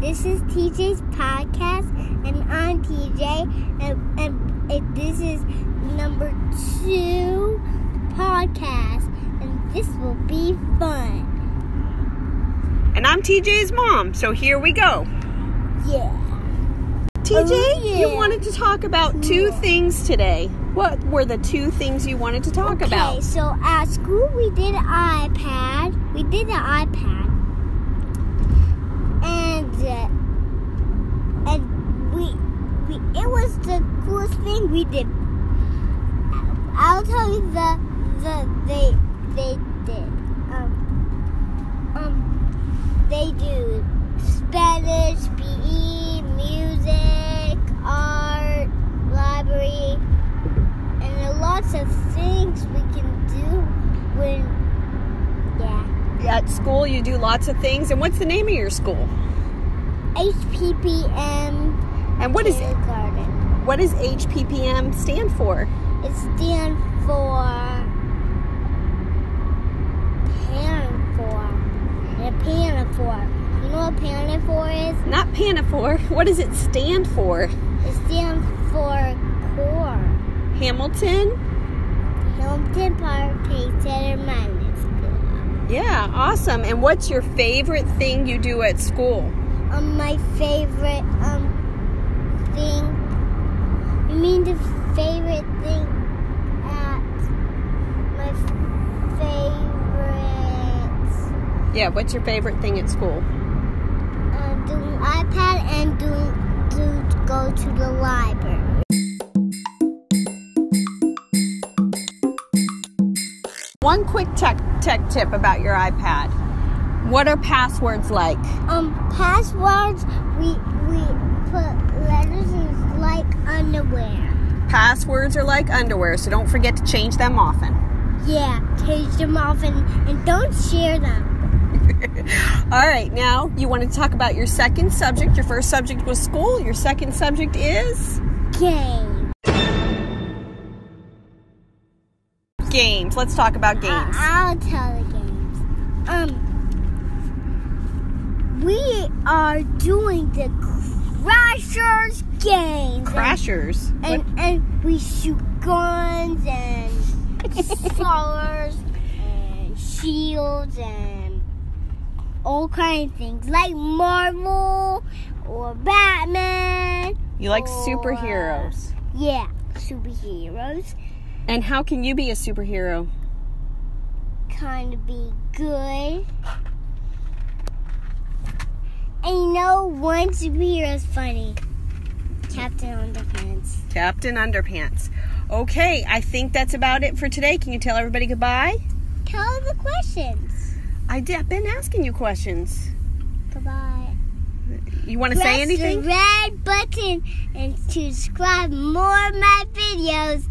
This is TJ's podcast, and I'm TJ, and, and, and this is number two podcast, and this will be fun. And I'm TJ's mom, so here we go. Yeah. TJ, Oh, you yeah. wanted to talk about two Yeah. things today. What were the two things you wanted to talk Okay, about? so at school we did an iPad. We did an iPad, and uh, and we we it was the coolest thing we did. I'll tell you the the they they did um um they do Spanish, PE, music, art, library and there are lots of things we can do when yeah At school, you do lots of things. And what's the name of your school? HPPM And what is kindergarten. what does HPPM stand for? It stands for paniform. And a paniform. You know what paniform is? Not Panafor. What does it stand for? It stands for core. Hamilton. Hampton Park Pay Center Magnet School. Yeah, awesome. And what's your favorite thing you do at school? Um, my favorite um thing. You mean the favorite thing at my favorite Yeah, what's your favorite thing at school? uh, doing iPad and doing to go to the library. One quick tech tech tip about your iPad. What are passwords like? Um, passwords we we put letters in like underwear. Passwords are like underwear, so don't forget to change them often. Yeah, change them off and, and don't share them. All right, now you want to talk about your second subject. Your first subject was school, your second subject is Game. games. Let's talk about games. I- I'll tell the games. Um, we are doing the Crashers games. Crashers. And, What- and, and we shoot guns and swords and shields and all kinds of things like Marvel or Batman. You like or- superheroes. Yeah, superheroes. And how can you be a superhero? kind of be good. And you know, one superhero is funny. Captain on Defense. Captain Underpants. Okay, I think that's about it for today. Can you tell everybody goodbye? Tell the questions. I did, I've been asking you questions. Goodbye. You want to say anything? the red button and to subscribe more of my videos.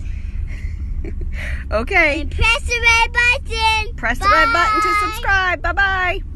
Okay. And press the red button. Press the red button to Bye. subscribe. Bye bye.